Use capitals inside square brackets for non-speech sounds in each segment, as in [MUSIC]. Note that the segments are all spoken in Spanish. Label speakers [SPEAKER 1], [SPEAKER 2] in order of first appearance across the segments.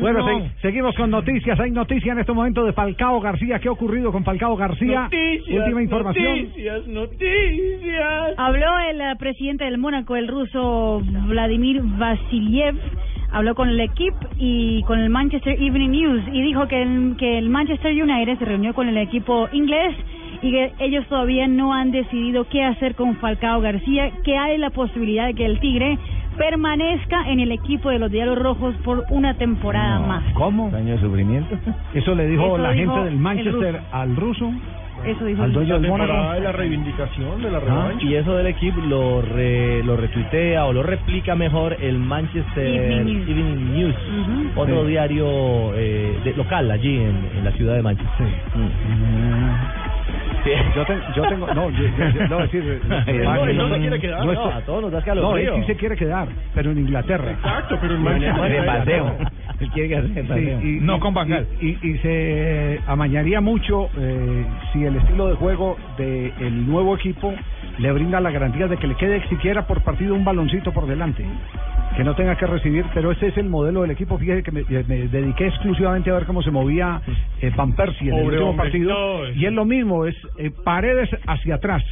[SPEAKER 1] Bueno,
[SPEAKER 2] No.
[SPEAKER 1] se- seguimos con noticias. Hay noticia en este momento de Falcao García. ¿Qué ha ocurrido con Falcao García?
[SPEAKER 2] Noticias,
[SPEAKER 1] Última información.
[SPEAKER 2] Noticias, noticias.
[SPEAKER 3] Habló el eh, presidente del Mónaco, el ruso Vladimir Vasiliev. Habló con el equipo y con el Manchester Evening News y dijo que el, que el Manchester United se reunió con el equipo inglés y que ellos todavía no han decidido qué hacer con Falcao García, que hay la posibilidad de que el Tigre permanezca en el equipo de los Diablos Rojos por una temporada más.
[SPEAKER 1] ¿Cómo?
[SPEAKER 4] de sufrimiento.
[SPEAKER 1] Eso le dijo
[SPEAKER 3] Eso
[SPEAKER 1] la
[SPEAKER 3] dijo
[SPEAKER 1] gente del
[SPEAKER 3] el
[SPEAKER 1] Manchester
[SPEAKER 3] ruso.
[SPEAKER 1] al ruso,
[SPEAKER 3] Eso dijo
[SPEAKER 1] al
[SPEAKER 3] el-
[SPEAKER 1] dueño del
[SPEAKER 5] temporada de
[SPEAKER 1] Mónaco.
[SPEAKER 5] la reivindicación, de la
[SPEAKER 1] Ah,
[SPEAKER 5] revancha.
[SPEAKER 4] Y eso del equipo lo, re- lo retuitea o lo replica mejor el Manchester
[SPEAKER 3] Evening News.
[SPEAKER 4] Evening News,
[SPEAKER 3] Ujú.
[SPEAKER 4] otro
[SPEAKER 1] Sí.
[SPEAKER 4] diario eh, de- local allí en, en la ciudad de Manchester. Mm. Sí.
[SPEAKER 1] Yo, te- yo tengo. No, yo, yo- yo- [LAUGHS] no, es
[SPEAKER 4] [LAUGHS]
[SPEAKER 1] decir,
[SPEAKER 4] No, él
[SPEAKER 5] no se quiere
[SPEAKER 4] No,
[SPEAKER 5] quedar.
[SPEAKER 1] No,
[SPEAKER 4] a todos nos das
[SPEAKER 1] no, él
[SPEAKER 4] calofrío.
[SPEAKER 1] sí se quiere quedar, pero en Inglaterra.
[SPEAKER 5] Exacto, pero en Manchester
[SPEAKER 4] De
[SPEAKER 5] United-
[SPEAKER 4] paseo. Él quiere que hacer
[SPEAKER 1] Sí,
[SPEAKER 4] paseo.
[SPEAKER 1] y- y- Y, y- y se amañaría mucho eh, si el estilo de juego del nuevo equipo le brinda la garantía de que le quede siquiera por partido un baloncito por delante. Que no tenga que recibir, pero ese es el modelo del equipo. Fíjese que me, eh, me dediqué exclusivamente a ver cómo se movía eh, Van Persie en el
[SPEAKER 5] Pobre
[SPEAKER 1] último
[SPEAKER 5] hombre,
[SPEAKER 1] partido.
[SPEAKER 5] no, es-
[SPEAKER 1] Y es lo mismo, es eh, paredes hacia atrás.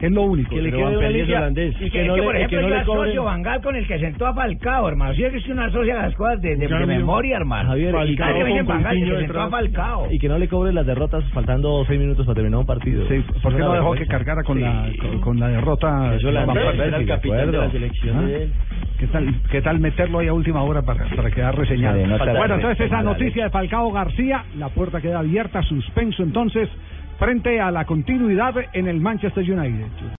[SPEAKER 1] Es lo único.
[SPEAKER 4] Que le
[SPEAKER 1] Pero
[SPEAKER 4] quede
[SPEAKER 1] Van
[SPEAKER 4] una
[SPEAKER 1] Persie es
[SPEAKER 4] línea
[SPEAKER 1] holandés.
[SPEAKER 4] y que no
[SPEAKER 6] por
[SPEAKER 4] le- y que
[SPEAKER 6] ejemplo,
[SPEAKER 4] no
[SPEAKER 6] yo
[SPEAKER 4] le
[SPEAKER 6] asocio
[SPEAKER 4] cobren.
[SPEAKER 6] Bangal con el que sentó a Falcao, hermano. Si es que es que uno asocia las cosas de, de- de
[SPEAKER 5] Cambio.
[SPEAKER 6] memoria, hermano.
[SPEAKER 4] Javier,
[SPEAKER 6] Ah,
[SPEAKER 4] y
[SPEAKER 6] que me dicen
[SPEAKER 5] con
[SPEAKER 6] Van Gaal, que
[SPEAKER 5] Coutinho
[SPEAKER 6] sentó a
[SPEAKER 5] detrás.
[SPEAKER 6] Falcao.
[SPEAKER 4] Y que no le cobre las derrotas faltando seis minutos para terminar un partido.
[SPEAKER 1] Sí, ¿Por
[SPEAKER 4] Es
[SPEAKER 1] qué
[SPEAKER 4] una
[SPEAKER 1] no dejó que
[SPEAKER 4] vergüenza.
[SPEAKER 1] cargara con, la,
[SPEAKER 4] Sí.
[SPEAKER 1] con, con la derrota?
[SPEAKER 4] Yo la
[SPEAKER 1] Van
[SPEAKER 5] Andrés,
[SPEAKER 1] Persie,
[SPEAKER 4] era el
[SPEAKER 1] de
[SPEAKER 4] capitán de la
[SPEAKER 1] acuerdo.
[SPEAKER 4] selección
[SPEAKER 1] ¿Ah?
[SPEAKER 4] de él.
[SPEAKER 1] ¿Qué tal, ¿Qué tal meterlo ahí a última hora para, para quedar reseñado?
[SPEAKER 4] Sí, no está
[SPEAKER 1] bueno,
[SPEAKER 4] bien.
[SPEAKER 1] entonces esa
[SPEAKER 4] Dale.
[SPEAKER 1] noticia de Falcao García, la puerta queda abierta, suspenso entonces, frente a la continuidad en el Manchester United.